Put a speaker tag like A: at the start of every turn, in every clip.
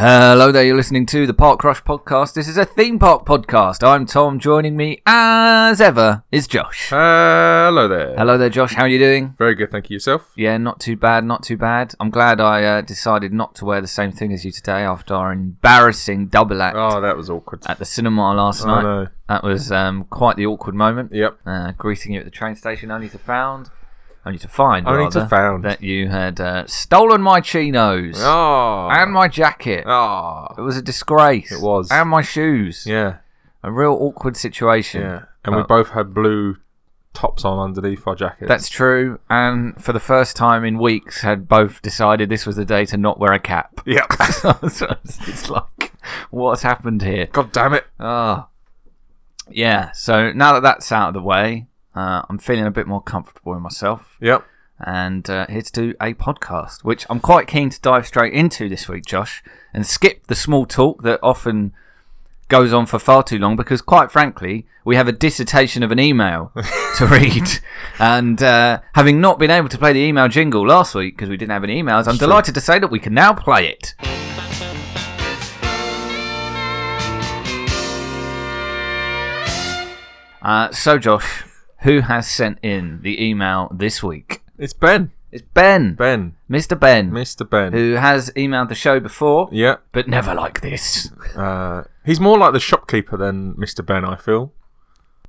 A: Hello there, you're listening to the Park Crush podcast. This is a theme park podcast. I'm Tom, joining me as ever is Josh.
B: Hello there.
A: Hello there, Josh. How are you doing?
B: Very good, thank you. Yourself?
A: Yeah, not too bad, not too bad. I'm glad I uh, decided not to wear the same thing as you today after our embarrassing double act
B: Oh, that was awkward.
A: at the cinema last
B: I
A: night.
B: know.
A: That was um, quite the awkward moment.
B: Yep.
A: Uh, greeting you at the train station, only to found, only to find,
B: Only to
A: rather,
B: found.
A: that you had uh, stolen my chinos
B: Oh.
A: and my jacket.
B: Oh.
A: It was a disgrace.
B: It was.
A: And my shoes.
B: Yeah.
A: A real awkward situation.
B: Yeah. And
A: Oh.
B: we both had blue tops on underneath our jackets.
A: That's true. And for the first time in weeks, had both decided this was the day to not wear a cap.
B: Yep.
A: so it's it's like, what's happened here?
B: God damn it.
A: Ah. Yeah. So now that that's out of the way, uh, I'm feeling a bit more comfortable in myself.
B: Yep.
A: And uh, here's to a podcast, which I'm quite keen to dive straight into this week, Josh, and skip the small talk that often goes on for far too long because, quite frankly, we have a dissertation of an email to read. And uh, having not been able to play the email jingle last week because we didn't have any emails, I'm delighted to say that we can now play it. Uh, so, Josh, who has sent in the email this week?
B: It's Ben.
A: It's Ben,
B: Ben.
A: Mr. Ben,
B: Mr. Ben.
A: who has emailed the show before,
B: yeah.
A: but never like this.
B: Uh, he's more like the shopkeeper than Mr. Ben, I feel.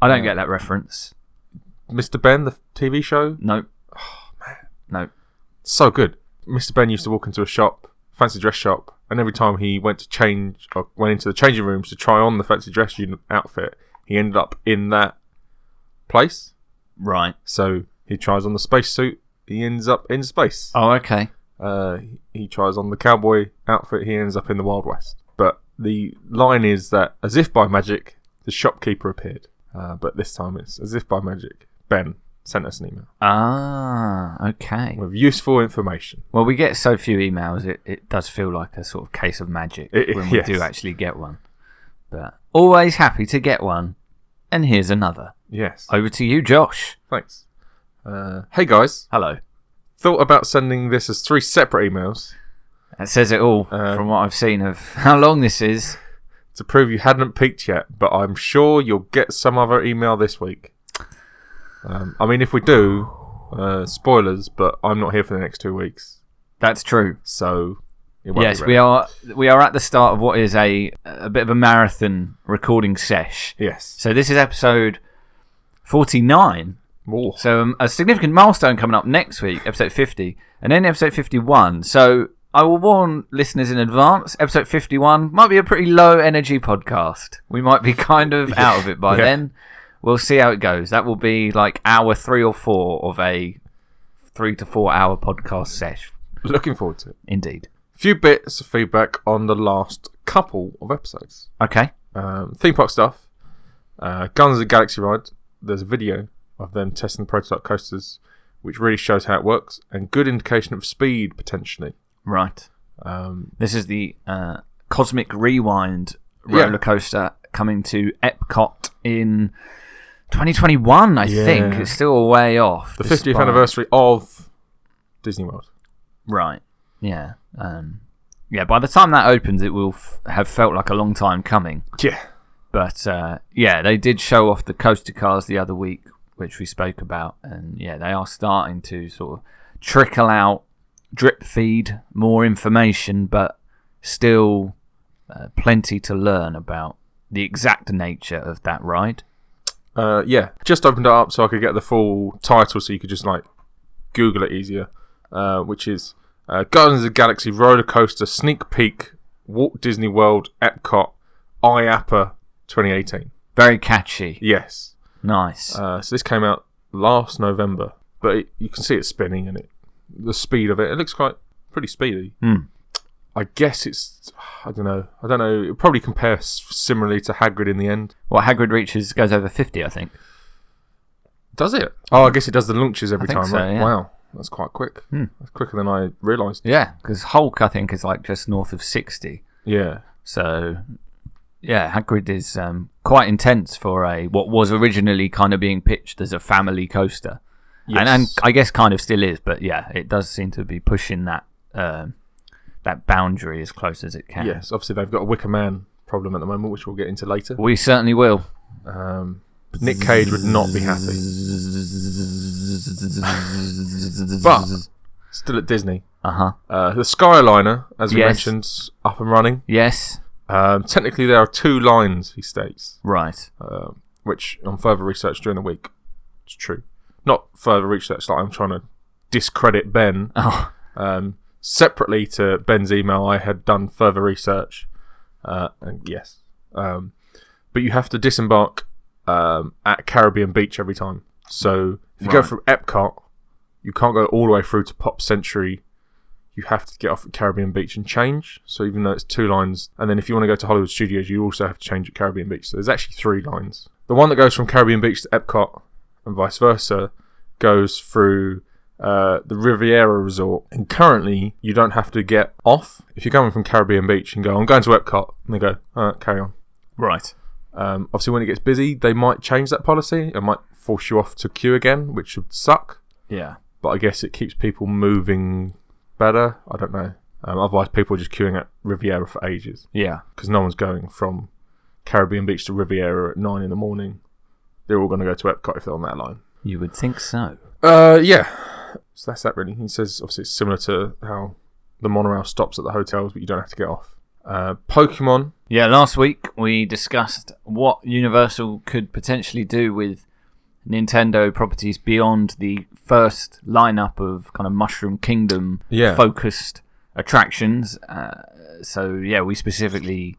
A: I don't get that reference.
B: Mr. Ben, the TV show,
A: Nope.
B: Oh,
A: Nope.
B: so good. Mr. Ben used to walk into a shop, fancy dress shop, and every time he went to change or went into the changing rooms to try on the fancy dress un- outfit, he ended up in that place.
A: Right.
B: So he tries on the spacesuit, he ends up in space.
A: Oh, okay.
B: Uh, he tries on the cowboy outfit, he ends up in the Wild West. But the line is that, as if by magic, the shopkeeper appeared. Uh, but this time it's as if by magic. Ben sent us an email
A: Ah, okay.
B: with useful information.
A: Well, we get so few emails, it, it does feel like a sort of case of magic
B: It- it-
A: when we
B: yes.
A: do actually get one. But always happy to get one. And here's another.
B: Yes.
A: Over to you, Josh.
B: Thanks. Uh, hey guys,
A: Hello.
B: thought about sending this as three separate emails
A: That says it all
B: Uh,
A: from what I've seen of how long this is.
B: to prove you hadn't peaked yet, but I'm sure you'll get some other email this week. Um, I mean, if we do, uh, spoilers, but I'm not here for the next two weeks,
A: That's true.
B: so it won't
A: Yes,
B: be
A: we are. We are at the start of what is a a bit of a marathon recording sesh.
B: Yes.
A: So this is episode forty nine.
B: More.
A: So um, a significant milestone coming up next week, episode 50, and then episode 51. So I will warn listeners in advance, episode 51 might be a pretty low energy podcast. We might be kind of out of it by
B: Yeah.
A: then. We'll see how it goes. That will be like hour 3 or 4 of a 3 to 4 hour podcast sesh.
B: Looking forward to it.
A: Indeed.
B: Few bits of feedback on the last couple of episodes.
A: Okay.
B: um, theme park stuff, uh, Guns of the Galaxy ride. There's a video of them testing the prototype coasters, which really shows how it works and good indication of speed potentially.
A: Right.
B: Um,
A: This is the uh, Cosmic Rewind
B: Yeah.
A: roller coaster coming to Epcot in 2021. I think
B: Yeah.
A: it's still a way off.
B: the 50th
A: despite-
B: anniversary of Disney World.
A: right? Yeah, um, yeah. By the time that opens, it will f- have felt like a long time coming.
B: Yeah,
A: But uh, yeah, they did show off the coaster cars the other week, which we spoke about, and yeah, they are starting to sort of trickle out, drip feed more information, but still uh, plenty to learn about the exact nature of that ride.
B: uh, yeah. Just opened it up so I could get the full title, so you could just like Google it easier, uh, which is uh, Guardians of the Galaxy roller coaster sneak peek, Walt Disney World, Epcot, IAPA, 2018.
A: Very catchy,
B: Yes.
A: nice.
B: Uh, so this came out last November, but it, you can see it spinning and it, the speed of it. It looks quite pretty speedy.
A: Hmm.
B: I guess it's I don't know. I don't know. It probably compares similarly to Hagrid in the end.
A: What Hagrid reaches goes over fifty, I think.
B: Does it? Oh, I guess it does the launches every
A: think
B: time.
A: so,
B: right?
A: yeah. Hmm.
B: Wow, that's quite quick. That's quicker than I realised.
A: Yeah, because Hulk, I think, is like just north of sixty.
B: Yeah.
A: So, yeah, Hagrid is um, quite intense for a what was originally kind of being pitched as a family coaster, and, and
B: Yes.
A: I guess kind of still is, but yeah, it does seem to be pushing that um, that boundary as close as it can.
B: Yes, obviously they've got a Wicker Man problem at the moment, which we'll get into later.
A: We certainly will.
B: Um, Nick Cage would not be happy. But still at Disney,
A: Uh huh.
B: uh, the Skyliner, as we
A: Yes.
B: mentioned, is up and running.
A: Yes.
B: Um, technically, there are two lines, he states,
A: Right.
B: um, which on further research during the week, it's true. Not further research, like I'm trying to discredit Ben.
A: Oh.
B: Um, separately to Ben's email, I had done further research. Uh, and yes. Um, but you have to disembark um, at Caribbean Beach every time. So if you go
A: Right.
B: from Epcot, you can't go all the way through to Pop Century. You have to get off at Caribbean Beach and change. So even though it's two lines, and then if you want to go to Hollywood Studios, you also have to change at Caribbean Beach. So there's actually three lines. The one that goes from Caribbean Beach to Epcot and vice versa goes through uh, the Riviera Resort. And currently, you don't have to get off. If you're coming from Caribbean Beach and go, I'm going to Epcot, and they go, all right, carry on.
A: Right.
B: Um, obviously, when it gets busy, they might change that policy. It might force you off to queue again, which would suck.
A: Yeah.
B: But I guess it keeps people moving better. I don't know. Um, otherwise, people are just queuing at Riviera for ages
A: Yeah.
B: because no one's going from Caribbean Beach to Riviera at nine in the morning. They're all going to go to Epcot if they're on that line.
A: You would think so.
B: Uh, yeah. So that's that really. He says obviously it's similar to how the monorail stops at the hotels, but you don't have to get off. Uh, Pokemon.
A: Yeah, last week we discussed what Universal could potentially do with Nintendo properties beyond the first lineup of kind of Mushroom Kingdom
B: Yeah.
A: focused attractions. Uh, so, yeah, we specifically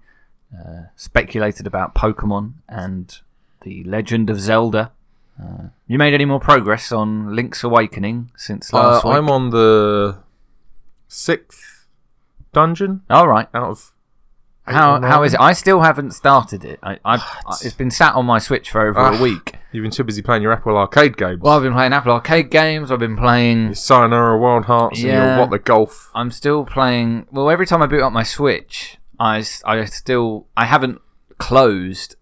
A: uh, speculated about Pokemon and The Legend of Zelda. Uh, you made any more progress on Link's Awakening since
B: Uh,
A: last week?
B: I'm on the sixth dungeon
A: All right.
B: out of. eight
A: How
B: or
A: how
B: nine.
A: is it? I still haven't started it. I, I, I it's been sat on my Switch for over
B: Ah.
A: a week.
B: You've been too busy playing your Apple Arcade games.
A: Well, I've been playing Apple Arcade games. I've been
B: your
A: playing.
B: Sayonara Wild Hearts and
A: Yeah.
B: your What the Golf.
A: I'm still playing. Well, every time I boot up my Switch, I, s- I still I haven't closed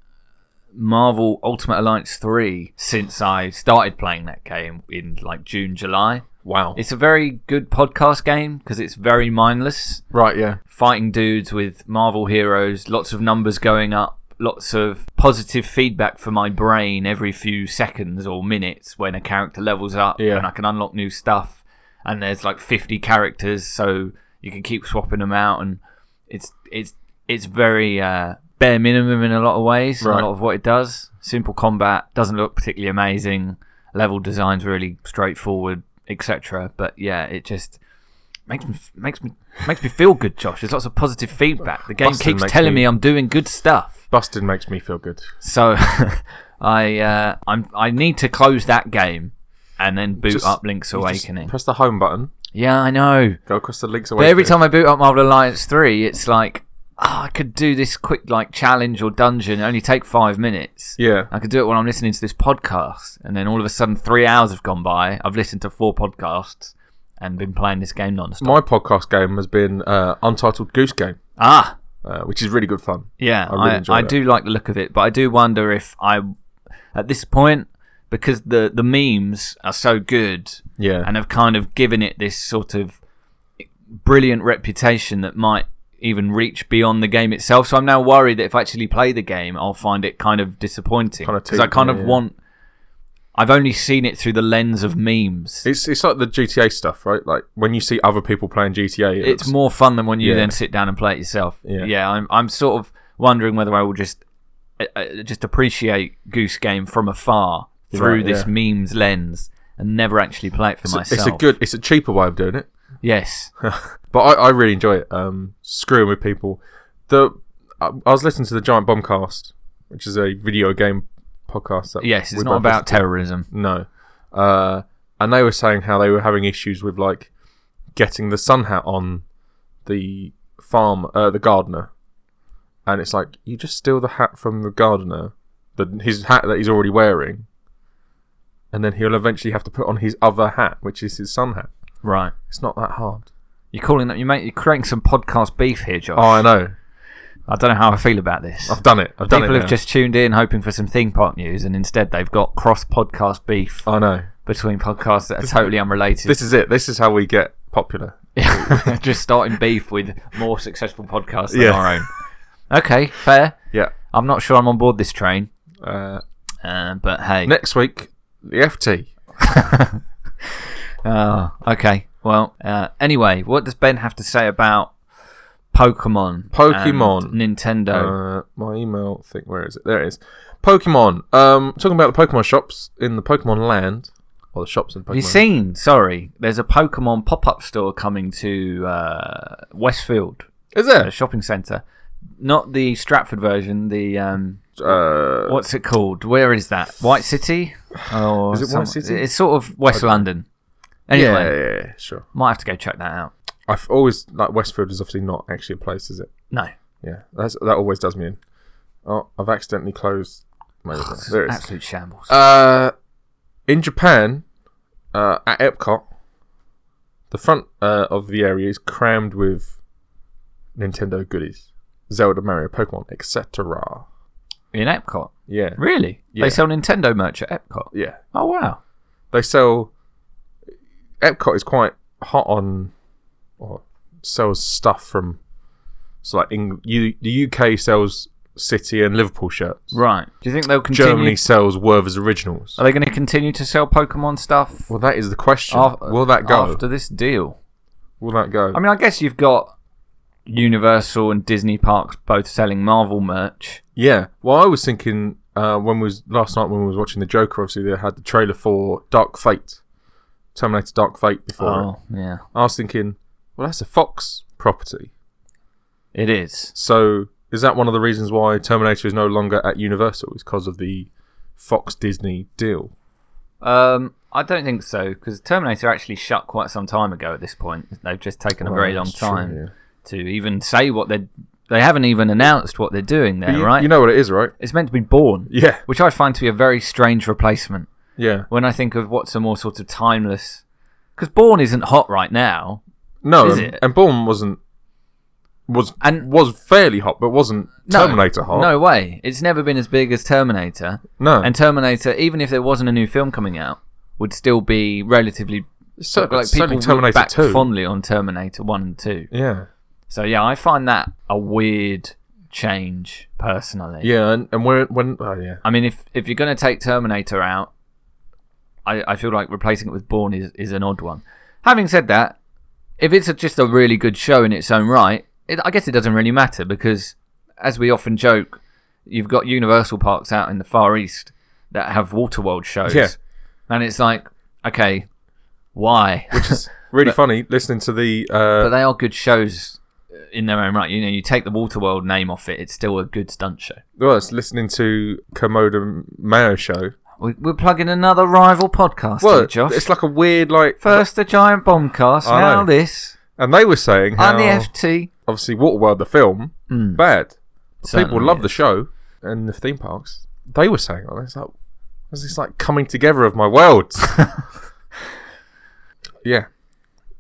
A: Marvel Ultimate Alliance three since I started playing that game in like June July.
B: Wow.
A: It's a very good podcast game because it's very mindless.
B: right, yeah.
A: fighting dudes with Marvel heroes, lots of numbers going up, lots of positive feedback for my brain every few seconds or minutes when a character levels up
B: Yeah.
A: and I can unlock new stuff. And there's like 50 characters, so you can keep swapping them out, and it's it's it's very uh, bare minimum in a lot of ways. in
B: Right.
A: A lot of what it does, simple combat doesn't look particularly amazing. Level design's really straightforward, etc. But yeah, it just makes me makes me makes me feel good, Josh. There's lots of positive feedback. The game
B: Busting
A: keeps
B: makes
A: telling
B: me-
A: me I'm doing good stuff.
B: Busted makes me feel good.
A: So I uh, I'm I need to close that game and then boot
B: Just-
A: up Link's
B: You just
A: Awakening.
B: Press the home button.
A: yeah, I know.
B: Go across the links away.
A: But every time I boot up Marvel Alliance 3, it's like oh, I could do this quick like challenge or dungeon, only take 5 minutes.
B: Yeah.
A: I could do it when I'm listening to this podcast, and then all of a sudden, three hours have gone by. I've listened to four podcasts and been playing this game non-stop.
B: My podcast game has been uh, Untitled Goose Game,
A: Ah,
B: uh, which is really good fun.
A: Yeah,
B: I really
A: I,
B: enjoy
A: I,
B: that.
A: do like the look of it, but I do wonder if I, at this point, because the the memes are so good
B: Yeah.
A: and have kind of given it this sort of brilliant reputation that might even reach beyond the game itself. So I'm now worried that if I actually play the game, I'll find it kind of disappointing
B: Kinda
A: because I
B: too-
A: kind
B: yeah,
A: of
B: yeah.
A: want. I've only seen it through the lens of memes. It's,
B: It's it's like the GTA stuff, right? Like when you see other people playing GTA, it looks-
A: more fun than when you
B: Yeah.
A: then sit down and play it yourself.
B: Yeah.
A: I'm I'm sort of wondering whether I will just uh, uh, just appreciate Goose Game from afar
B: You're
A: through
B: right,
A: this
B: yeah.
A: memes lens and never actually play it for
B: it's, a- it's
A: myself.
B: a good, it's a cheaper way of doing it,
A: yes.
B: but I, I really enjoy it. Um, screwing with people. The I, I was listening to the Giant Bombcast, which is a video game podcast. That
A: Yes, it's
B: we
A: not
B: both
A: about
B: listen
A: terrorism.
B: to. no, uh, and they were saying how they were having issues with like getting the sun hat on the farm, uh, the gardener, and it's like you just steal the hat from the gardener, the his hat that he's already wearing, and then he'll eventually have to put on his other hat, which is his sun hat.
A: Right.
B: It's not that hard.
A: You're calling that you make you're creating some podcast beef here, Josh.
B: Oh, I know.
A: I don't know how I feel about this.
B: I've done it. I've done
A: People
B: it.
A: have
B: now.
A: just tuned in hoping for some theme park news, and instead they've got cross podcast beef
B: I know.
A: between podcasts that are totally unrelated.
B: This is it. This is how we get popular.
A: just starting beef with more successful podcasts than
B: Yeah.
A: our own. Okay, fair.
B: Yeah.
A: I'm not sure I'm on board this train,
B: Uh,
A: uh, but hey.
B: next week, the FT.
A: Oh, okay. Well, uh, anyway, what does Ben have to say about Pokemon?
B: Pokemon.
A: and Nintendo.
B: Uh, my email thing. Where is it? There it is. Pokemon. Um, talking about the Pokemon shops in the Pokemon Land, or the shops in Pokemon.
A: Have you seen? Sorry, there's a Pokemon pop-up store coming to uh, Westfield,
B: Is
A: a
B: there?
A: shopping centre. Not the Stratford version. The um,
B: Uh,
A: what's it called? Where is that? White City? Or
B: Is it
A: some-
B: White City?
A: It's sort of West London. Anyway,
B: yeah, yeah, yeah, sure.
A: might have to go check that out.
B: I've always like Westfield is obviously not actually a place, is it?
A: No,
B: Yeah, that's that always does me in. Oh, I've accidentally closed my.
A: Oh,
B: email. there it is.
A: absolute shambles.
B: Uh, in Japan, uh, at Epcot, the front uh, of the area is crammed with Nintendo goodies, Zelda, Mario, Pokemon, etc.
A: In Epcot,
B: Yeah,
A: really?
B: Yeah.
A: They sell Nintendo merch at Epcot.
B: yeah.
A: Oh wow.
B: They sell. Epcot is quite hot on, or sells stuff from. So like Eng- U- the UK sells City and Liverpool shirts.
A: Right. Do you think they'll continue? Um,
B: Germany sells Werther's originals.
A: Are they going to continue to sell Pokemon stuff?
B: Well, that is the question.
A: af-
B: Will that go?
A: after this deal?
B: Will that go?
A: I mean, I guess you've got Universal and Disney parks both selling Marvel merch.
B: Yeah. Well, I was thinking uh, when we was last night when we was watching the Joker. Obviously, they had the trailer for Dark Fate, Terminator Dark Fate before. it.
A: Oh, yeah,
B: I was thinking, well, that's a Fox property.
A: it is.
B: So is that one of the reasons why Terminator is no longer at Universal? Is because of the Fox Disney deal?
A: Um, I don't think so because Terminator actually shut quite some time ago. At this point, they've just taken a very
B: Right,
A: long
B: that's true,
A: time
B: yeah.
A: to even say what they they haven't even announced what they're doing there.
B: But you,
A: right?
B: You know what it is, right?
A: it's meant to be Born,
B: Yeah.
A: which I find to be a very strange replacement.
B: Yeah.
A: when I think of what's a more sort of timeless. Because Born isn't hot right now.
B: No.
A: Is
B: and,
A: it?
B: and Bourne wasn't was
A: And-
B: was fairly hot, but wasn't
A: No,
B: Terminator hot?
A: No way. It's never been as big as Terminator.
B: No.
A: And Terminator, even if there wasn't a new film coming out, would still be relatively.
B: so,
A: like people
B: certainly
A: look
B: Terminator
A: back
B: Two.
A: fondly on Terminator One and Two.
B: yeah.
A: So yeah, I find that a weird change personally.
B: Yeah, and, and when when oh yeah,
A: I mean, if if you're going to take Terminator out, I, I feel like replacing it with Bourne is, is an odd one. Having said that, if it's a, just a really good show in its own right, it, I guess it doesn't really matter because, as we often joke, you've got Universal parks out in the Far East that have Waterworld shows,
B: Yeah.
A: and it's like, okay, why?
B: which is really funny listening to the
A: but
B: uh,
A: they are good shows uh, in their own right. You know, you take the Waterworld name off it, it's still a good stunt show.
B: well, it's listening to Komodo Mayo show.
A: We, we're plugging another rival podcast,
B: Well,
A: here, Josh.
B: it's like a weird like,
A: First the giant bombcast,
B: I
A: now
B: know.
A: this.
B: and they were saying
A: On
B: how
A: the FT.
B: obviously Waterworld the film bad, But people
A: Certainly
B: love
A: is.
B: the show and the theme parks. They were saying oh, it's like there's this like coming together of my worlds. yeah,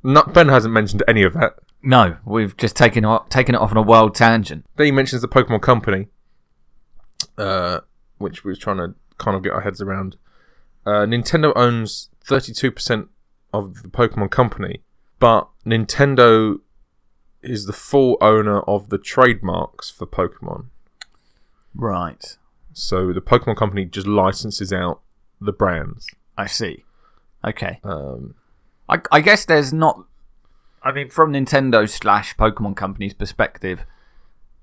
B: not Ben hasn't mentioned any of that.
A: No, we've just taken o- taken it off on a wild tangent.
B: Then he mentions the Pokemon Company, uh, which we was trying to kind of get our heads around. Uh, Nintendo owns 32% of the Pokemon Company, but Nintendo is the full owner of the trademarks for Pokemon.
A: Right.
B: So the Pokemon Company just licenses out the brands.
A: I see. Okay.
B: Um,
A: I, I guess there's not. I mean, from Nintendo slash Pokemon Company's perspective,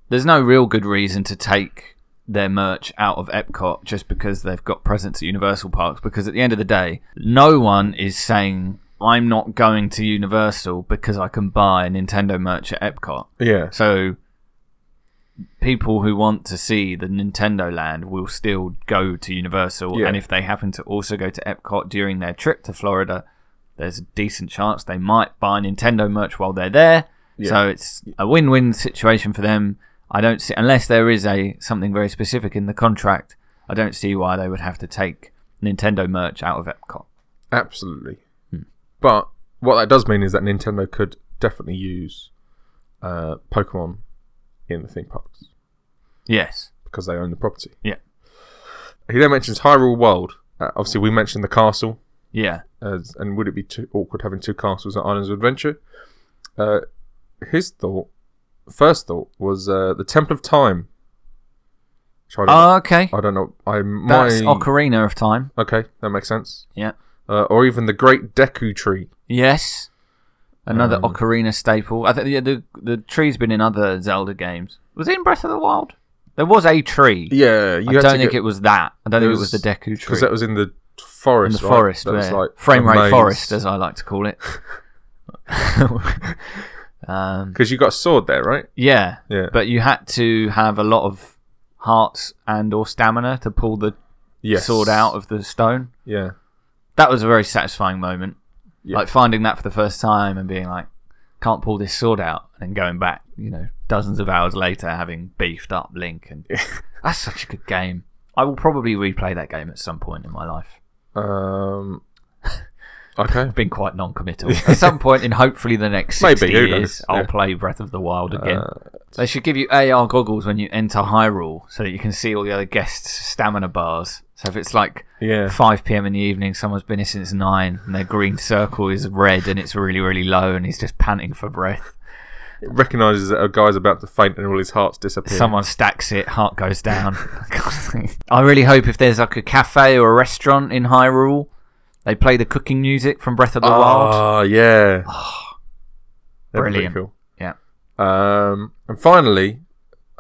A: there's no real good reason to take their merch out of Epcot just because they've got presence at Universal Parks. Because at the end of the day, no one is saying, I'm not going to Universal because I can buy Nintendo merch at Epcot.
B: yeah,
A: So people who want to see the Nintendo Land will still go to Universal,
B: Yeah.
A: and if they happen to also go to Epcot during their trip to Florida, there's a decent chance they might buy Nintendo merch while they're there.
B: Yeah.
A: So it's a win-win situation for them. I don't see unless there is a something very specific in the contract. I don't see why they would have to take Nintendo merch out of Epcot.
B: absolutely. But what that does mean is that Nintendo could definitely use uh, Pokemon in the theme parks.
A: Yes.
B: because they own the property.
A: Yeah.
B: He then mentions Hyrule World. Uh, obviously, we mentioned the castle,
A: Yeah.
B: as, and would it be too awkward having two castles at Islands of Adventure? Uh, his thought, first thought, was uh, the Temple of Time. Which I don't,
A: Oh, okay.
B: I don't know. I my
A: That's Ocarina of Time.
B: okay, that makes sense.
A: Yeah.
B: Uh, or even the Great Deku Tree.
A: Yes. Another
B: Um,
A: Ocarina staple. I think yeah, the the tree's been in other Zelda games. Was it in Breath of the Wild? There was a tree.
B: Yeah, you
A: I don't think it was that. I don't think it was the Deku tree.
B: because that was in the forest.
A: in the
B: right?
A: forest,
B: That was,
A: yeah.
B: like,
A: frame
B: a
A: rate
B: maze.
A: forest, as I like to call it. um,
B: Because you got a sword there, right?
A: yeah,
B: Yeah.
A: but you had to have a lot of hearts and or stamina to pull the
B: Yes.
A: sword out of the stone.
B: Yeah.
A: That was a very satisfying moment,
B: Yeah.
A: like finding that for the first time and being like, "Can't pull this sword out," and going back, you know, dozens of hours later, having beefed up Link, and that's such a good game. I will probably replay that game at some point in my life.
B: Um. Okay.
A: been quite non-committal. At some point in hopefully the next
B: Maybe,
A: 60
B: who knows?
A: years, I'll
B: Yeah.
A: play Breath of the Wild again.
B: Uh,
A: they should give you AR goggles when you enter Hyrule, so that you can see all the other guests' stamina bars. So if it's like
B: yeah.
A: 5 p.m. in the evening, someone's been here since nine, and their green circle is red and it's really really low, and he's just panting for breath.
B: It recognizes that a guy's about to faint and all his hearts disappear.
A: Someone stacks it, heart goes down. I really hope if there's like a cafe or a restaurant in Hyrule, they play the cooking music from Breath of the Wild. Oh,
B: Ah, yeah. That'd be pretty
A: Brilliant.
B: Cool.
A: Yeah.
B: Um, and finally,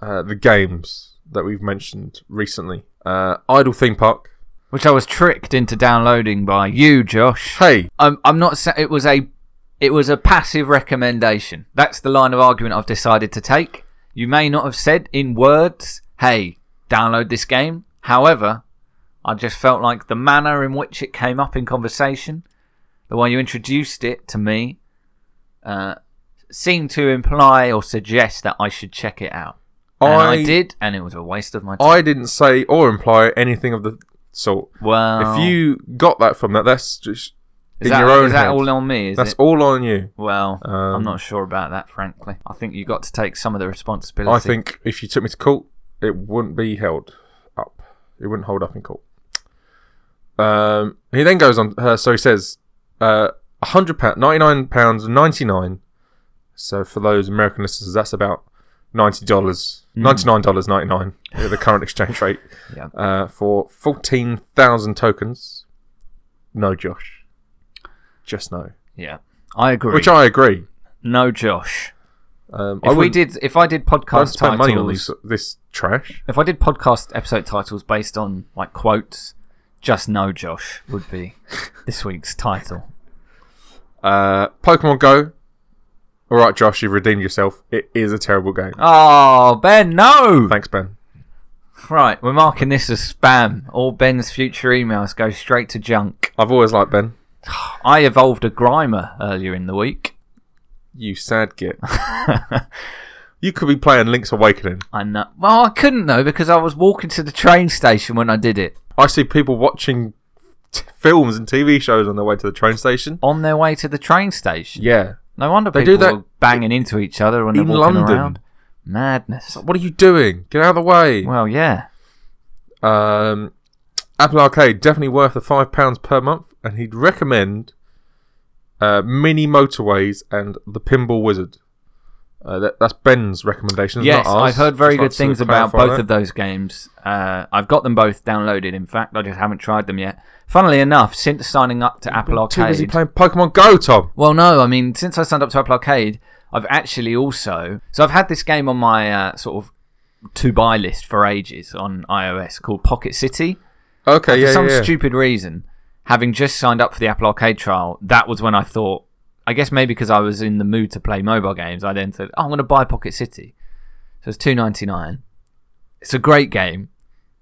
B: uh, the games that we've mentioned recently. Uh, Idle Theme Park.
A: which I was tricked into downloading by you, Josh.
B: Hey,
A: I'm, I'm not. sa- It was a, it was a passive recommendation. That's the line of argument I've decided to take. You may not have said in words, "Hey, download this game." However, I just felt like the manner in which it came up in conversation, the way you introduced it to me, uh, seemed to imply or suggest that I should check it out. And I,
B: I
A: did, and it was a waste of my time.
B: I didn't say or imply anything of the sort.
A: well,
B: If you got that from that, that's just
A: Oh. is
B: in
A: that,
B: your own
A: is that
B: head.
A: all on me? Is
B: that's
A: it?
B: all on you.
A: Well, I'm
B: Um,
A: not sure about that, frankly. I think you got to take some of the responsibility.
B: I think if you took me to court, it wouldn't be held up. It wouldn't hold up in court. Um, he then goes on. Uh, so he says, uh, hundred pound, ninety nine pounds ninety nine. So for those American listeners, that's about ninety dollars, ninety nine dollars ninety nine at the current exchange rate.
A: Mm. Yeah.
B: Uh, for fourteen thousand tokens. No, Josh. Just no.
A: Yeah, I agree.
B: Which I agree.
A: no, Josh.
B: Um, I
A: If we
B: wouldn't-
A: did, if I did
B: I'd
A: podcast
B: spend
A: titles,
B: money on this this trash.
A: if I did podcast episode titles based on like quotes, just no, Josh would be this week's title.
B: Uh, Pokemon Go. All right, Josh, you've redeemed yourself. It is a terrible game.
A: Oh, Ben, no!
B: Thanks, Ben.
A: Right, we're marking this as spam. All Ben's future emails go straight to junk.
B: I've always liked Ben.
A: I evolved a Grimer earlier in the week.
B: You sad git. you could be playing Link's Awakening.
A: I know. Well, I couldn't though because I was walking to the train station when I did it.
B: I see people watching t- films and TV shows on their way to the train station.
A: on their way to the train station.
B: Yeah.
A: No wonder
B: They
A: people
B: do that
A: are banging into each other when they're
B: in
A: walking
B: London.
A: around. Madness.
B: What are you doing? Get out of the way.
A: Well, yeah.
B: Um, Apple Arcade definitely worth the five pounds per month, and he'd recommend uh, Mini Motorways and The Pinball Wizard. Uh, that, that's Ben's recommendation. it's
A: Yes,
B: not ours.
A: I've heard very
B: Just
A: good
B: like to
A: things about
B: clarify
A: both
B: that.
A: of those games. Uh, I've got them both downloaded. In fact, I just haven't tried them yet. Funnily enough, since signing up to Apple
B: Too busy
A: Arcade,
B: playing Pokemon Go, Tom.
A: well, no, I mean, since I signed up to Apple Arcade, I've actually also so I've had this game on my uh, sort of to buy list for ages on iOS called Pocket City.
B: Okay,
A: Uh, for
B: yeah,
A: some
B: yeah.
A: stupid reason, having just signed up for the Apple Arcade trial, that was when I thought, I guess maybe because I was in the mood to play mobile games, I then said, oh, I'm going to buy Pocket City. So it's two ninety nine. It's a great game,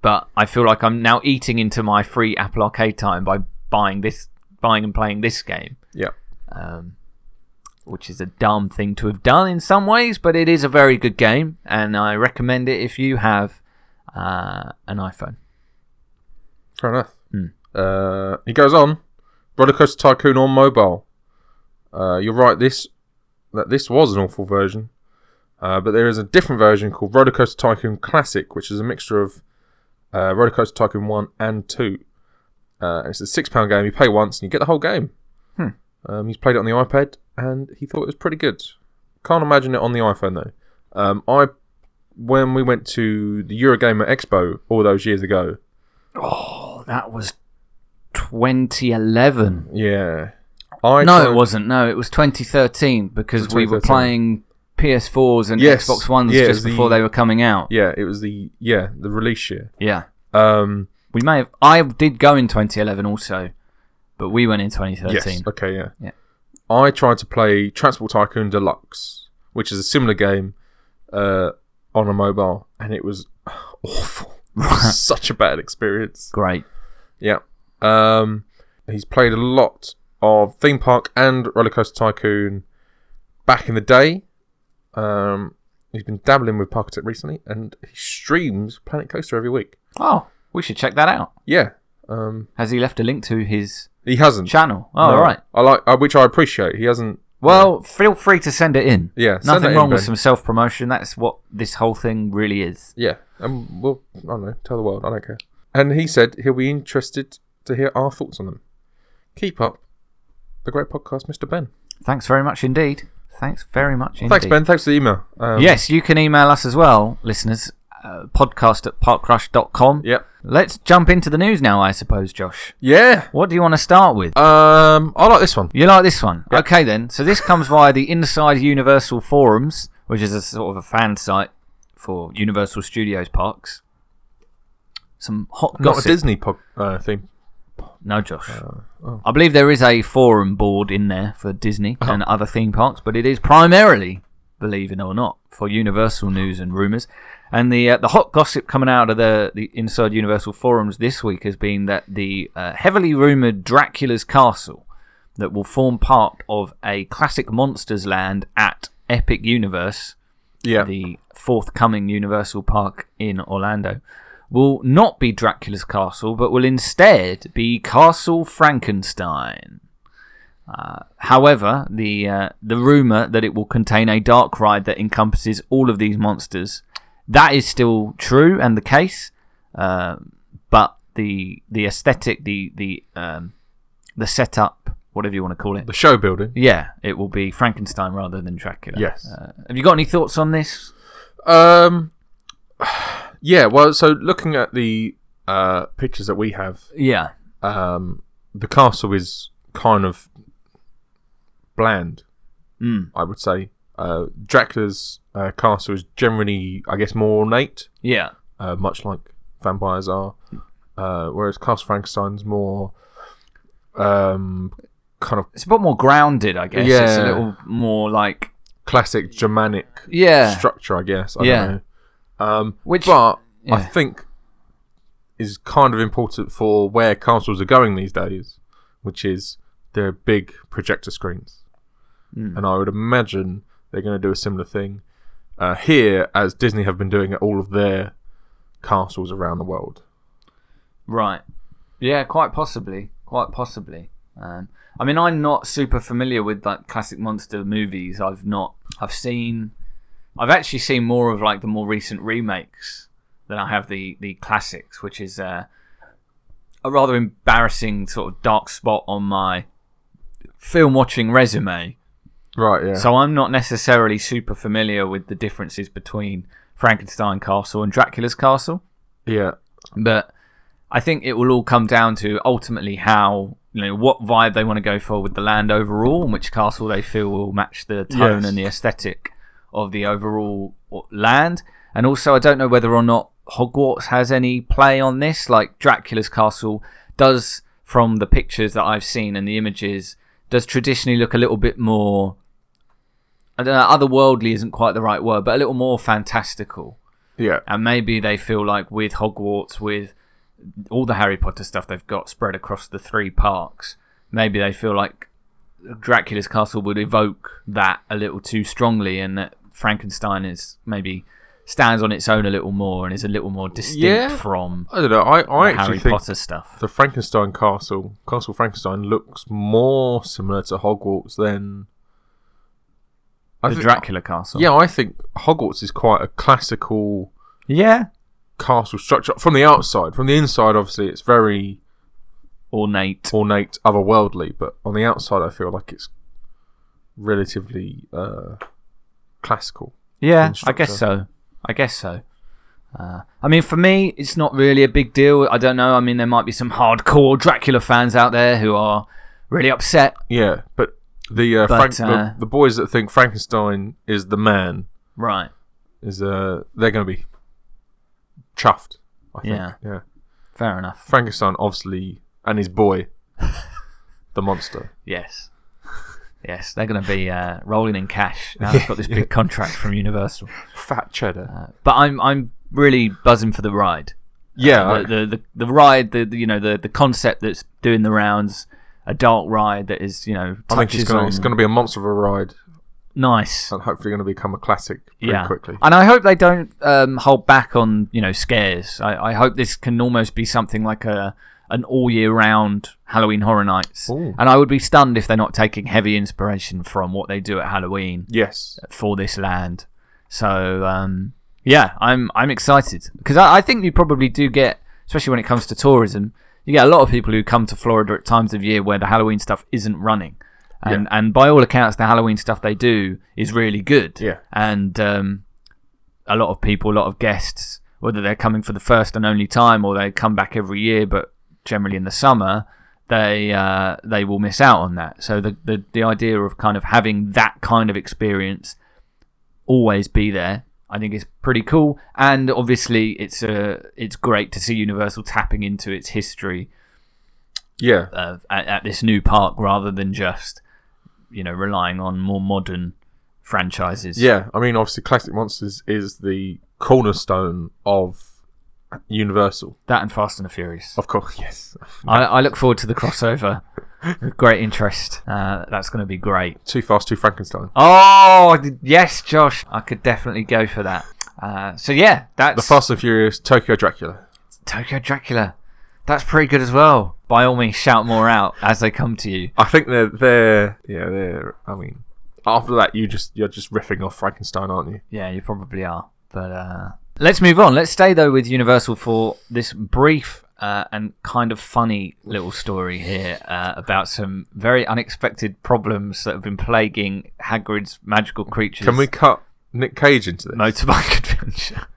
A: but I feel like I'm now eating into my free Apple Arcade time by buying this, buying and playing this game,
B: yeah.
A: um, which is a dumb thing to have done in some ways, but it is a very good game, and I recommend it if you have uh, an iPhone.
B: Fair enough. Uh, he goes on, Rollercoaster Tycoon on mobile. Uh, you're right. This that this was an awful version, uh, but there is a different version called Rollercoaster Tycoon Classic, which is a mixture of uh, Rollercoaster Tycoon One and Two. Uh, and it's a six pound game. You pay once and you get the whole game. Um, he's played it on the iPad and he thought it was pretty good. Can't imagine it on the iPhone though. Um, I when we went to the Eurogamer Expo all those years ago.
A: Oh, that was 2011.
B: Yeah. I
A: no,
B: tried-
A: it wasn't. No, it was 2013 because we were
B: 2013.
A: playing PS4s and
B: Yes.
A: Xbox Ones
B: Yeah, it was
A: just
B: the-
A: before they were coming out.
B: Yeah, it was the yeah the release year.
A: Yeah.
B: Um,
A: We may have. I did go in 2011 also, but we went in 2013.
B: yes. Okay. Yeah.
A: Yeah.
B: I tried to play Transport Tycoon Deluxe, which is a similar game uh, on a mobile, and it was awful. It was Such a bad experience.
A: Great.
B: Yeah. Um, he's played a lot of Theme Park and Roller Coaster Tycoon back in the day. Um, he's been dabbling with Parkitect recently, and he streams Planet Coaster every week.
A: Oh, we should check that out.
B: Yeah. Um,
A: Has he left a link to his
B: he hasn't.
A: channel? Oh,
B: No.
A: all right.
B: I like, uh, which I appreciate. He hasn't.
A: Well, feel free to send it in.
B: Yeah. send that
A: Nothing
B: in,
A: wrong with
B: Ben.
A: some self promotion. That's what this whole thing really is.
B: Yeah. And we'll, I don't know, tell the world. I don't care. And he said he'll be interested to hear our thoughts on them. Keep up the great podcast, Mr. Ben.
A: Thanks very much indeed. Thanks very much indeed.
B: Thanks, Ben. Thanks for the email. Um,
A: Yes, you can email us as well, listeners. Uh, podcast at parkrush.com.
B: Yep.
A: Let's jump into the news now, I suppose, Josh.
B: Yeah.
A: What do you want to start with?
B: Um, I like this one.
A: You like this one? Okay, then. So this comes via the Inside Universal Forums, which is a sort of a fan site for Universal Studios parks. Some hot
B: Not
A: gossip.
B: a Disney pop uh, theme.
A: no, Josh. I believe there is a forum board in there for Disney and other theme parks, but it is primarily, believe it or not, for Universal news and rumors. And the uh, the hot gossip coming out of the the Inside Universal forums this week has been that the uh, heavily rumored Dracula's castle that will form part of a classic monsters land at Epic Universe,
B: Yeah.
A: the forthcoming Universal Park in Orlando, will not be Dracula's castle, but will instead be Castle Frankenstein. Uh, however, the uh, the rumor that it will contain a dark ride that encompasses all of these monsters, that is still true and the case, uh, but the the aesthetic, the the um, the setup, whatever you want to call it,
B: the show building.
A: yeah, it will be Frankenstein rather than Dracula.
B: Yes.
A: Uh, have you got any thoughts on this?
B: Um, yeah. Well, so looking at the uh, pictures that we have,
A: Yeah.
B: um, the castle is kind of bland.
A: Mm.
B: I would say uh, Dracula's uh, castle is generally, I guess, more ornate,
A: Yeah.
B: uh, much like vampires are. Uh, whereas Castle Frankenstein's more um, kind of
A: It's a bit more grounded, I guess. It's a
B: Yeah.
A: little more like
B: classic Germanic
A: yeah,
B: structure, I guess. I
A: Yeah.
B: don't know. Um,
A: Which-
B: but I
A: yeah.
B: think is kind of important for where castles are going these days, which is their big projector screens.
A: Hmm.
B: And I would imagine they're going to do a similar thing uh, here, as Disney have been doing at all of their castles around the world.
A: right. Yeah, quite possibly, quite possibly. Um, I mean, I'm not super familiar with like classic monster movies. I've not. I've seen. I've actually seen more of like the more recent remakes than I have the the classics, which is uh, a rather embarrassing sort of dark spot on my film watching resume.
B: Right. Yeah.
A: So I'm not necessarily super familiar with the differences between Frankenstein Castle and Dracula's Castle,
B: yeah.
A: but I think it will all come down to ultimately how you know what vibe they want to go for with the land overall, and which castle they feel will match the tone
B: Yes.
A: and the aesthetic of the overall uh, land. And also, I don't know whether or not Hogwarts has any play on this. Like Dracula's castle does, from the pictures that I've seen and the images, does traditionally look a little bit more. I don't know. Otherworldly isn't quite the right word, but a little more fantastical
B: Yeah.
A: and maybe they feel like with Hogwarts, with all the Harry Potter stuff they've got spread across the three parks, maybe they feel like Dracula's castle would evoke that a little too strongly, and that Frankenstein is maybe stands on its own a little more and is a little more distinct
B: Yeah.
A: from
B: I don't know. I, I
A: the
B: actually
A: Harry
B: think
A: Potter stuff.
B: the Frankenstein castle, Castle Frankenstein, looks more similar to Hogwarts than I
A: the
B: thi-
A: Dracula castle.
B: Yeah, I think Hogwarts is quite a classical
A: yeah,
B: castle structure from the outside. From the inside, obviously, it's very
A: ornate.
B: ornate, otherworldly, but on the outside, I feel like it's relatively uh, classical.
A: Yeah, I
B: instructor.
A: guess so. I guess so. Uh, I mean, for me, it's not really a big deal. I don't know. I mean, there might be some hardcore Dracula fans out there who are really upset.
B: Yeah, but the uh,
A: But,
B: Frank,
A: uh,
B: the, the boys that think Frankenstein is the man
A: Right.
B: is uh they're going to be chuffed. I think.
A: Yeah.
B: yeah.
A: Fair enough.
B: Frankenstein obviously and his boy, the monster.
A: Yes. Yes, they're going to be uh, rolling in cash. Now they've got this big contract from Universal.
B: Fat cheddar.
A: Uh, but I'm I'm really buzzing for the ride.
B: yeah, I-
A: the, the the the ride, the, the you know the the concept that's doing the rounds, a dark ride that is you know
B: I think
A: touches
B: it's going, to,
A: on
B: it's going to be a monster of a ride,
A: nice.
B: and hopefully going to become a classic pretty
A: yeah.
B: quickly.
A: And I hope they don't um, hold back on you know scares. I, I hope this can almost be something like a an all year round Halloween Horror Nights.
B: Ooh.
A: And I would be stunned if they're not taking heavy inspiration from what they do at Halloween
B: Yes,
A: for this land. So um, yeah, I'm I'm excited because I, I think you probably do get, especially when it comes to tourism, you get a lot of people who come to Florida at times of year where the Halloween stuff isn't running, and and by all accounts, the Halloween stuff they do is really good.
B: Yeah.
A: and um, a lot of people, a lot of guests, whether they're coming for the first and only time or they come back every year, but generally in the summer. They uh, they will miss out on that. So the, the the idea of kind of having that kind of experience always be there. I think it's pretty cool, and obviously it's uh, it's great to see Universal tapping into its history
B: yeah,
A: uh, at, at this new park rather than just you know relying on more modern franchises.
B: yeah. I mean, obviously, classic monsters is the cornerstone of Universal,
A: that and Fast and the Furious.
B: of course. Yes,
A: I, I look forward to the crossover with great interest. Uh, that's going to be great.
B: Too Fast, Too Frankenstein.
A: Oh yes, Josh, I could definitely go for that. Uh, so yeah, that's
B: The Fast and Furious, Tokyo Dracula.
A: Tokyo Dracula. That's pretty good as well. By all means, shout more out as they come to you.
B: I think they're they're yeah they're. I mean, after that, you just you're just riffing off Frankenstein, aren't you?
A: Yeah, you probably are. But uh, let's move on. Let's stay though with Universal for this brief uh, and kind of funny little story here uh, about some very unexpected problems that have been plaguing Hagrid's magical creatures.
B: Can we cut Nick Cage into this?
A: motorbike adventure?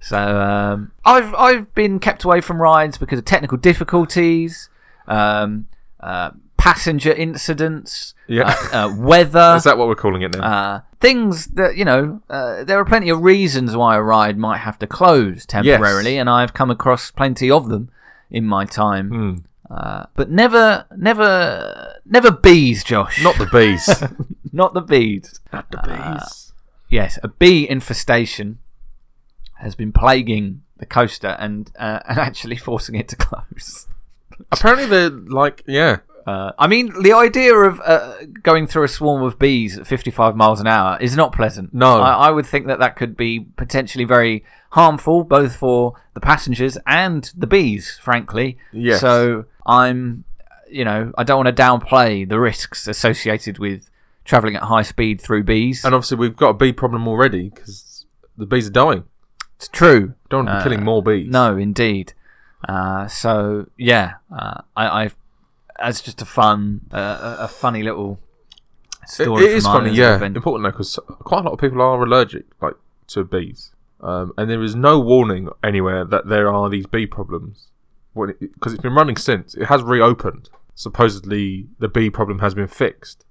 A: so um, I've I've been kept away from rides because of technical difficulties, um, uh, passenger incidents,
B: Yeah.
A: uh, uh, weather.
B: Is that what we're calling it now?
A: uh, things that you know uh, there are plenty of reasons why a ride might have to close temporarily and i've come across plenty of them in my time
B: Hmm.
A: uh, but never never never bees josh
B: Not the bees.
A: not the bees
B: Not the bees.
A: yes a bee infestation has been plaguing the coaster and uh, and actually forcing it to close
B: Apparently they're like yeah.
A: Uh, I mean, the idea of uh, going through a swarm of bees at 55 miles an hour is not pleasant.
B: No.
A: I, I would think that that could be potentially very harmful, both for the passengers and the bees, frankly.
B: Yes.
A: So I'm, you know, I don't want to downplay the risks associated with traveling at high speed through bees.
B: And obviously we've got a bee problem already because the bees are dying.
A: It's true.
B: Don't want to be
A: Uh,
B: killing more bees.
A: No, indeed. Uh, so yeah, uh, I, I that's just a fun, uh, a a funny little
B: It-
A: story.
B: it is
A: from
B: funny.
A: Ireland's
B: Yeah,
A: event.
B: important though because quite a lot of people are allergic like to bees, um, and there is no warning anywhere that there are these bee problems. Because it, 'cause it's been running since it has reopened. Supposedly the bee problem has been fixed,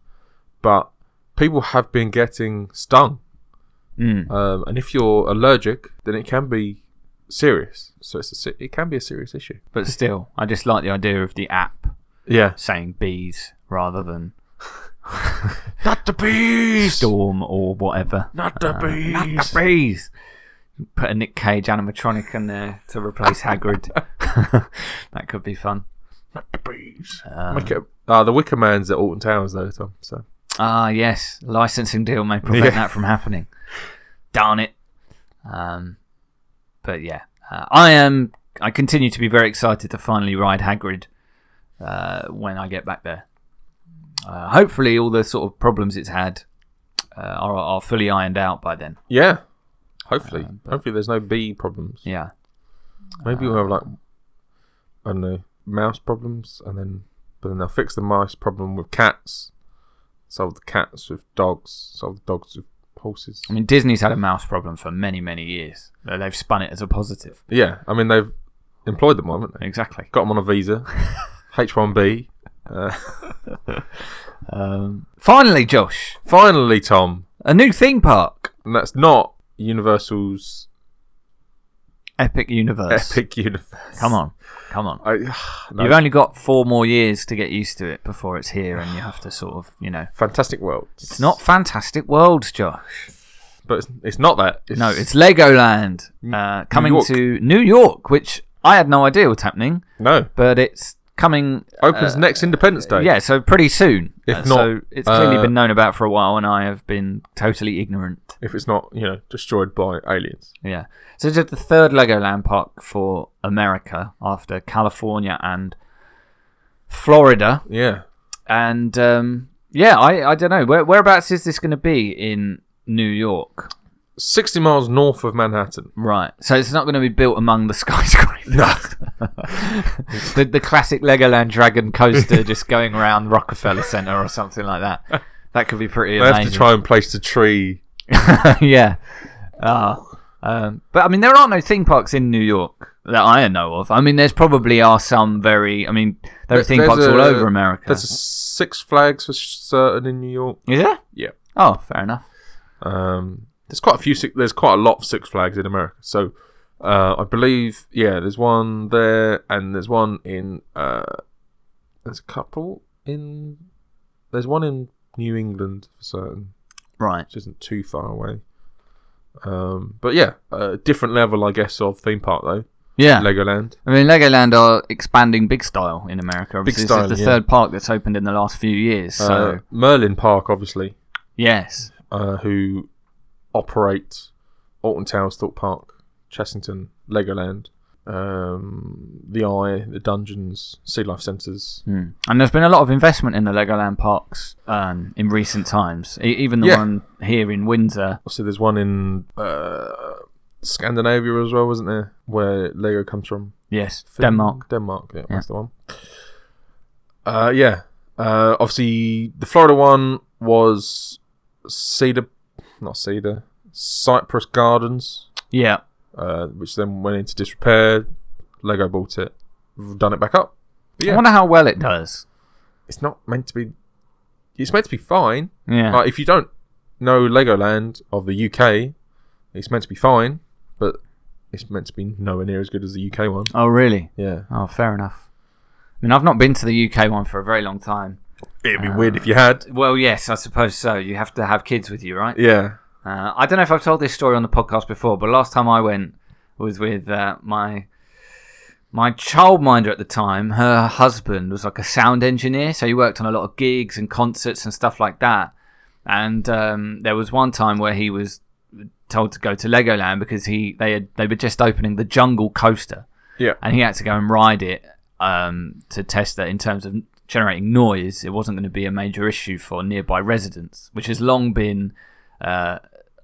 B: but people have been getting stung.
A: Mm.
B: Um, and if you're allergic, then it can be serious. So it's a, se- it can be a serious issue.
A: But still, I just like the idea of the app
B: Yeah.
A: saying bees rather than
B: Not the bees.
A: storm or whatever.
B: Uh, Not the bees.
A: The bees. Put a Nick Cage animatronic in there to replace Hagrid. that could be fun.
B: Not the bees. Make it. Uh, the Wicker Man's at Alton Towers though, Tom. So
A: Ah, yes. Licensing deal may prevent
B: Yeah.
A: that from happening. Darn it. Um, but yeah, uh, I am. I continue to be very excited to finally ride Hagrid uh, when I get back there. Uh, hopefully, all the sort of problems it's had uh, are, are fully ironed out by then.
B: yeah. Hopefully, hopefully there's no bee problems.
A: Yeah.
B: Maybe we'll have like I don't know mouse problems, and then but then they'll fix the mice problem with cats. Solve the cats with dogs. Solve the dogs with horses.
A: I mean, Disney's had a mouse problem for many, many years. Uh, They've spun it as a positive.
B: Yeah, I mean they've employed them, haven't they?
A: Exactly.
B: Got them on a visa, H one B.
A: Um, finally, Josh,
B: Finally, Tom,
A: a new theme park,
B: and that's not Universal's
A: Epic Universe.
B: epic universe.
A: Come on, come on.
B: I, no.
A: You've only got four more years to get used to it before it's here, and you have to sort of, you know,
B: Fantastic world. It's
A: not Fantastic Worlds, Josh.
B: but it's, it's not that.
A: No, it's Legoland uh, coming
B: York.
A: to New York, which I had no idea was happening,
B: no.
A: but it's coming.
B: Opens
A: uh,
B: next Independence Day.
A: Yeah, so pretty soon.
B: If
A: Uh,
B: not,
A: so it's clearly
B: uh,
A: been known about for a while, and I have been totally ignorant.
B: If it's not, you know, destroyed by aliens.
A: Yeah. So it's the third Legoland park for America after California and Florida.
B: Yeah.
A: And um, yeah, I, I don't know. Where, whereabouts is this going to be in New York?
B: 60 miles north of Manhattan.
A: Right. So it's not going to be built among the skyscrapers. No. the, the classic Legoland Dragon coaster just going around Rockefeller Center or something like that. That could be pretty
B: They have
A: amazing.
B: to try and place the tree.
A: yeah. Uh, um, but I mean, there aren't no theme parks in New York that I know of. I mean, there's probably are some very. I mean, there are
B: There-
A: theme
B: there's
A: parks all
B: a-
A: over America.
B: There's a Six Flags for certain in New York.
A: Is there?
B: Yeah.
A: Oh, fair enough.
B: Um, there's quite a few. Six, there's quite a lot of Six Flags in America. So uh, I believe, yeah, there's one there, and there's one in. Uh, there's a couple in. There's one in New England for certain,
A: Right.
B: which isn't too far away. Um, but yeah, a different level, I guess, of theme park though.
A: Yeah.
B: Legoland.
A: I mean, Legoland are expanding big style in America. Obviously,
B: style,
A: this is the
B: yeah.
A: third park that's opened in the last few years. So
B: Uh, Merlin Park, obviously,
A: yes,
B: uh, who operate Alton Towers, Thorpe Park, Chessington, Legoland, um, the Eye, the Dungeons, Sea Life Centres.
A: Hmm. and there's been a lot of investment in the Legoland parks um, in recent times. E- even the
B: Yeah.
A: one here in Windsor.
B: Also, there's one in uh, Scandinavia as well, wasn't there? Where Lego comes from?
A: Yes,
B: Fin-
A: Denmark.
B: Denmark, yeah, that's the one. Uh, yeah. Uh, obviously, the Florida one was Cedar, not Cedar, Cypress Gardens.
A: Yeah.
B: uh, which then went into disrepair. Lego bought it, done it back up. But
A: I
B: yeah,
A: wonder how well it does.
B: it's not meant to be. It's meant to be fine.
A: Yeah.
B: Like, if you don't know Legoland of the UK, it's meant to be fine, but it's meant to be nowhere near as good as the UK one.
A: oh, really?
B: Yeah,
A: Oh, fair enough. I mean, I've not been to the UK one for a very long time.
B: it'd be weird if you had.
A: Well, yes, I suppose so. You have to have kids with you, right?
B: Yeah,
A: Uh, I don't know if I've told this story on the podcast before, but last time I went was with uh, my my childminder at the time. Her husband was like a sound engineer, so he worked on a lot of gigs and concerts and stuff like that. And um, there was one time where he was told to go to Legoland because he they had they were just opening the Jungle Coaster
B: yeah,
A: and he had to go and ride it um, to test that in terms of generating noise, it wasn't going to be a major issue for nearby residents, which has long been uh,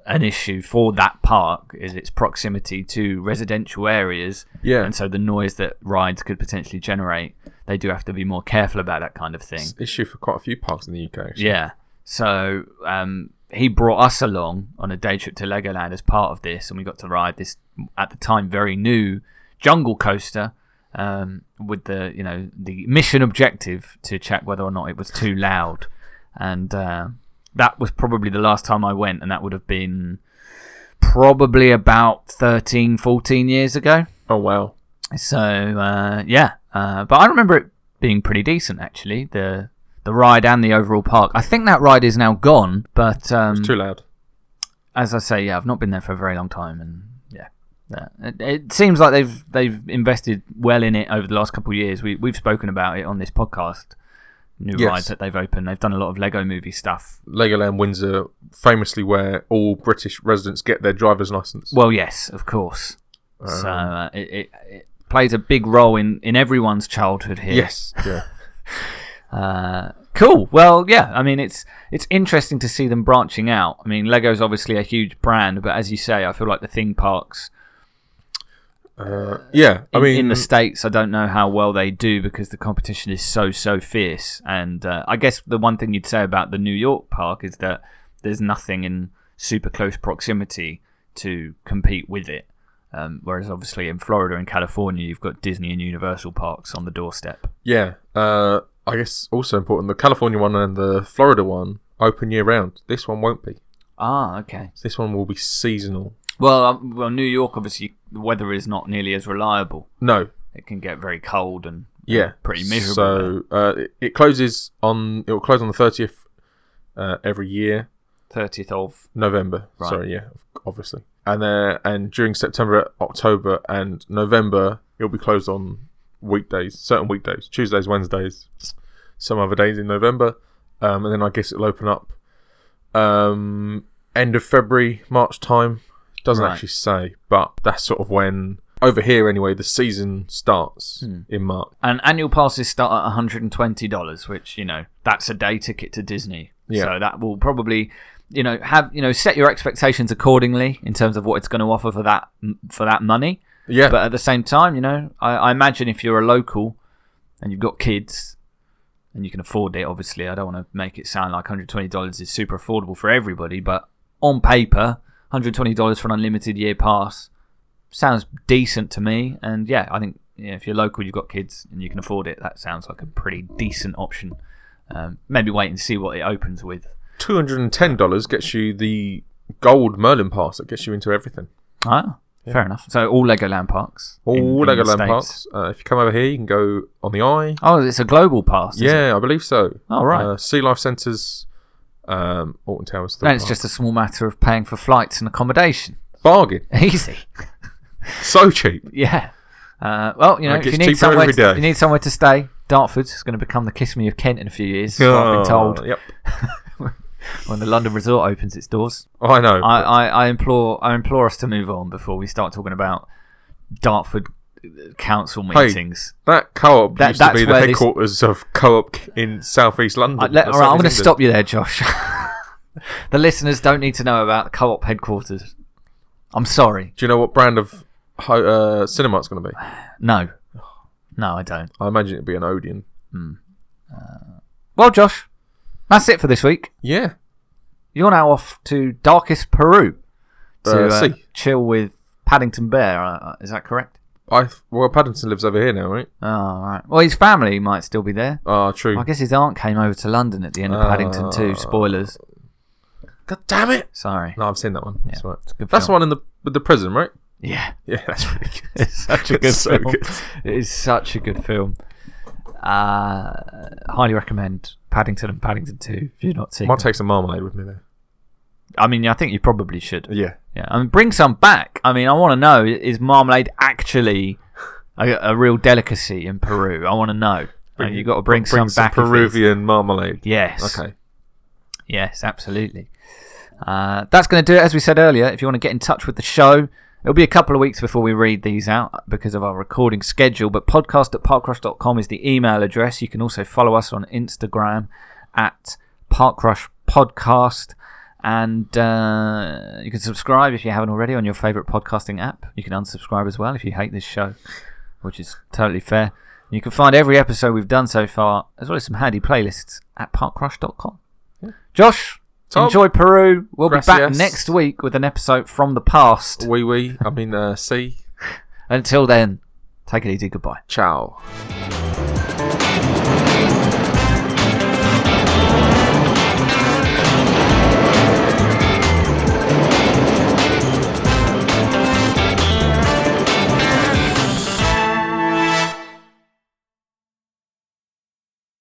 A: an issue for that park, is its proximity to residential areas,
B: yeah.
A: and so the noise that rides could potentially generate. They do have to be more careful about that kind of thing.
B: It's an issue for quite a few parks in the UK. Actually.
A: Yeah. So um, he brought us along on a day trip to Legoland as part of this, and we got to ride this at the time very new jungle coaster um, with the you know the mission objective to check whether or not it was too loud, and uh, that was probably the last time I went, and that would have been probably about 13 14 years ago
B: Oh wow.
A: so uh, yeah, uh, but I remember it being pretty decent actually. The the ride and the overall park. I think that ride is now gone, but um,
B: Too loud.
A: as I say, yeah, I've not been there for a very long time, and yeah, yeah. It, it seems like they've they've invested well in it over the last couple of years. We we've spoken about it on this podcast. New
B: Yes.
A: rides that they've opened. They've done a lot of Lego movie stuff.
B: Legoland Windsor, famously where all British residents get their driver's license.
A: Well, yes, of course. so
B: Um,
A: uh, it, it it plays a big role in in everyone's childhood here.
B: yes, yeah.
A: Uh, cool. Well, yeah. I mean, it's it's interesting to see them branching out. I mean, Lego's obviously a huge brand, but as you say, I feel like the theme parks
B: Uh, yeah, I
A: in,
B: mean,
A: in the states, I don't know how well they do because the competition is so so fierce. And uh, I guess the one thing you'd say about the New York park is that there's nothing in super close proximity to compete with it. Um, whereas obviously in Florida and California, you've got Disney and Universal parks on the doorstep.
B: Yeah. Uh, I guess also important the California one and the Florida one open year round. This one won't be.
A: Ah, okay.
B: So this one will be seasonal.
A: Well, um, well, New York obviously the weather is not nearly as reliable.
B: No.
A: It can get very cold and
B: Yeah.
A: pretty miserable.
B: So uh, it, it closes on. It will close on the thirtieth uh, every year.
A: thirtieth of
B: November.
A: Right.
B: Sorry, yeah, ob- obviously. And uh, and during September, October, and November, it'll be closed on weekdays, certain weekdays, Tuesdays, Wednesdays, some other days in November, um, and then I guess it'll open up um, end of February, March time. Doesn't
A: Right.
B: actually say, but that's sort of when over here anyway the season starts
A: Hmm.
B: in March.
A: and annual passes start at $120 which you know that's a day ticket to disney
B: Yeah.
A: so that will probably you know have you know set your expectations accordingly in terms of what it's going to offer for that for that money
B: Yeah,
A: but at the same time you know I, I imagine if you're a local and you've got kids and you can afford it obviously i don't want to make it sound like $120 is super affordable for everybody but on paper $120 for an unlimited year pass sounds decent to me. And yeah, I think yeah, if you're local, you've got kids, and you can afford it, that sounds like a pretty decent option. Um, maybe wait and see what it opens with.
B: two hundred and ten dollars gets you the gold Merlin pass that gets you into everything.
A: Ah, fair enough. So all Legoland parks. in-
B: All
A: in the
B: Legoland
A: States.
B: parks. Uh, if you come over here, you can go on the Eye.
A: Oh, it's a global pass. is it?
B: Yeah, I believe so.
A: Oh, right.
B: Uh, sea Life Centres, um, Alton Towers.
A: And it's just a small matter of paying for flights and accommodation.
B: bargain.
A: Easy.
B: So cheap.
A: Yeah. Uh, well, you know,
B: And
A: if
B: it
A: you
B: gets
A: need
B: cheaper
A: somewhere,
B: every
A: to,
B: day.
A: if you need somewhere to stay. Dartford's going to become the Kiss Me of Kent in a few years. so I've been
B: Oh,
A: told
B: Yep.
A: when the London Resort opens its doors.
B: Oh, I know.
A: I, I, I implore I implore us to move on before we start talking about Dartford uh, council
B: Hey,
A: meetings.
B: that co-op
A: That-
B: used to
A: that's
B: be the
A: where this-
B: headquarters of co-op in southeast London.
A: I, let,
B: Uh,
A: all right, I'm
B: Southeast
A: going to
B: England.
A: stop you there, Josh. the listeners don't need to know about co-op headquarters. I'm sorry.
B: Do you know what brand of ho- uh, cinema it's going to be?
A: No, no, I don't.
B: I imagine it'd be an Odeon.
A: Well, Josh, that's it for this week.
B: Yeah.
A: You're now off to darkest Peru to
B: Uh, sea.
A: chill with Paddington Bear. Uh, is that correct?
B: I well, Paddington lives over here now, right?
A: Oh, all right. Well, his family might still be there.
B: Ah, true.
A: I guess his aunt came over to London at the end of Paddington too. Spoilers.
B: God damn it!
A: Sorry.
B: No, I've seen that one. That's right.
A: it's a good
B: That's the
A: film.
B: one in the with the prison, right?
A: Yeah,
B: Yeah, that's really good.
A: it's such a good
B: So
A: film.
B: good.
A: It is such a good film. Uh, highly recommend Paddington and Paddington Two if you're not
B: I
A: seeing.
B: might
A: it.
B: take some marmalade with me there.
A: I mean, I think you probably should.
B: Yeah.
A: Yeah, I mean, bring some back. I mean, I want to know is marmalade actually a, a real delicacy in Peru? I want to know.
B: Bring-
A: you got to bring, some, back. if it's-
B: Peruvian marmalade.
A: Yes.
B: Okay.
A: Yes, absolutely. Uh, that's going to do it. As we said earlier, if you want to get in touch with the show, it'll be a couple of weeks before we read these out because of our recording schedule. But podcast at parkrush.com is the email address. You can also follow us on Instagram at parkrush podcast. And uh, you can subscribe if you haven't already on your favourite podcasting app. You can unsubscribe as well if you hate this show, which is totally fair. You can find every episode we've done so far, as well as some handy playlists, at parkrush.com. Josh,
B: Tom.
A: enjoy Peru. We'll be back
B: Gracias.
A: next week with an episode from the past.
B: Wee wee. I mean, uh, see.
A: Until then, take it easy. Goodbye.
B: Ciao.
C: Thank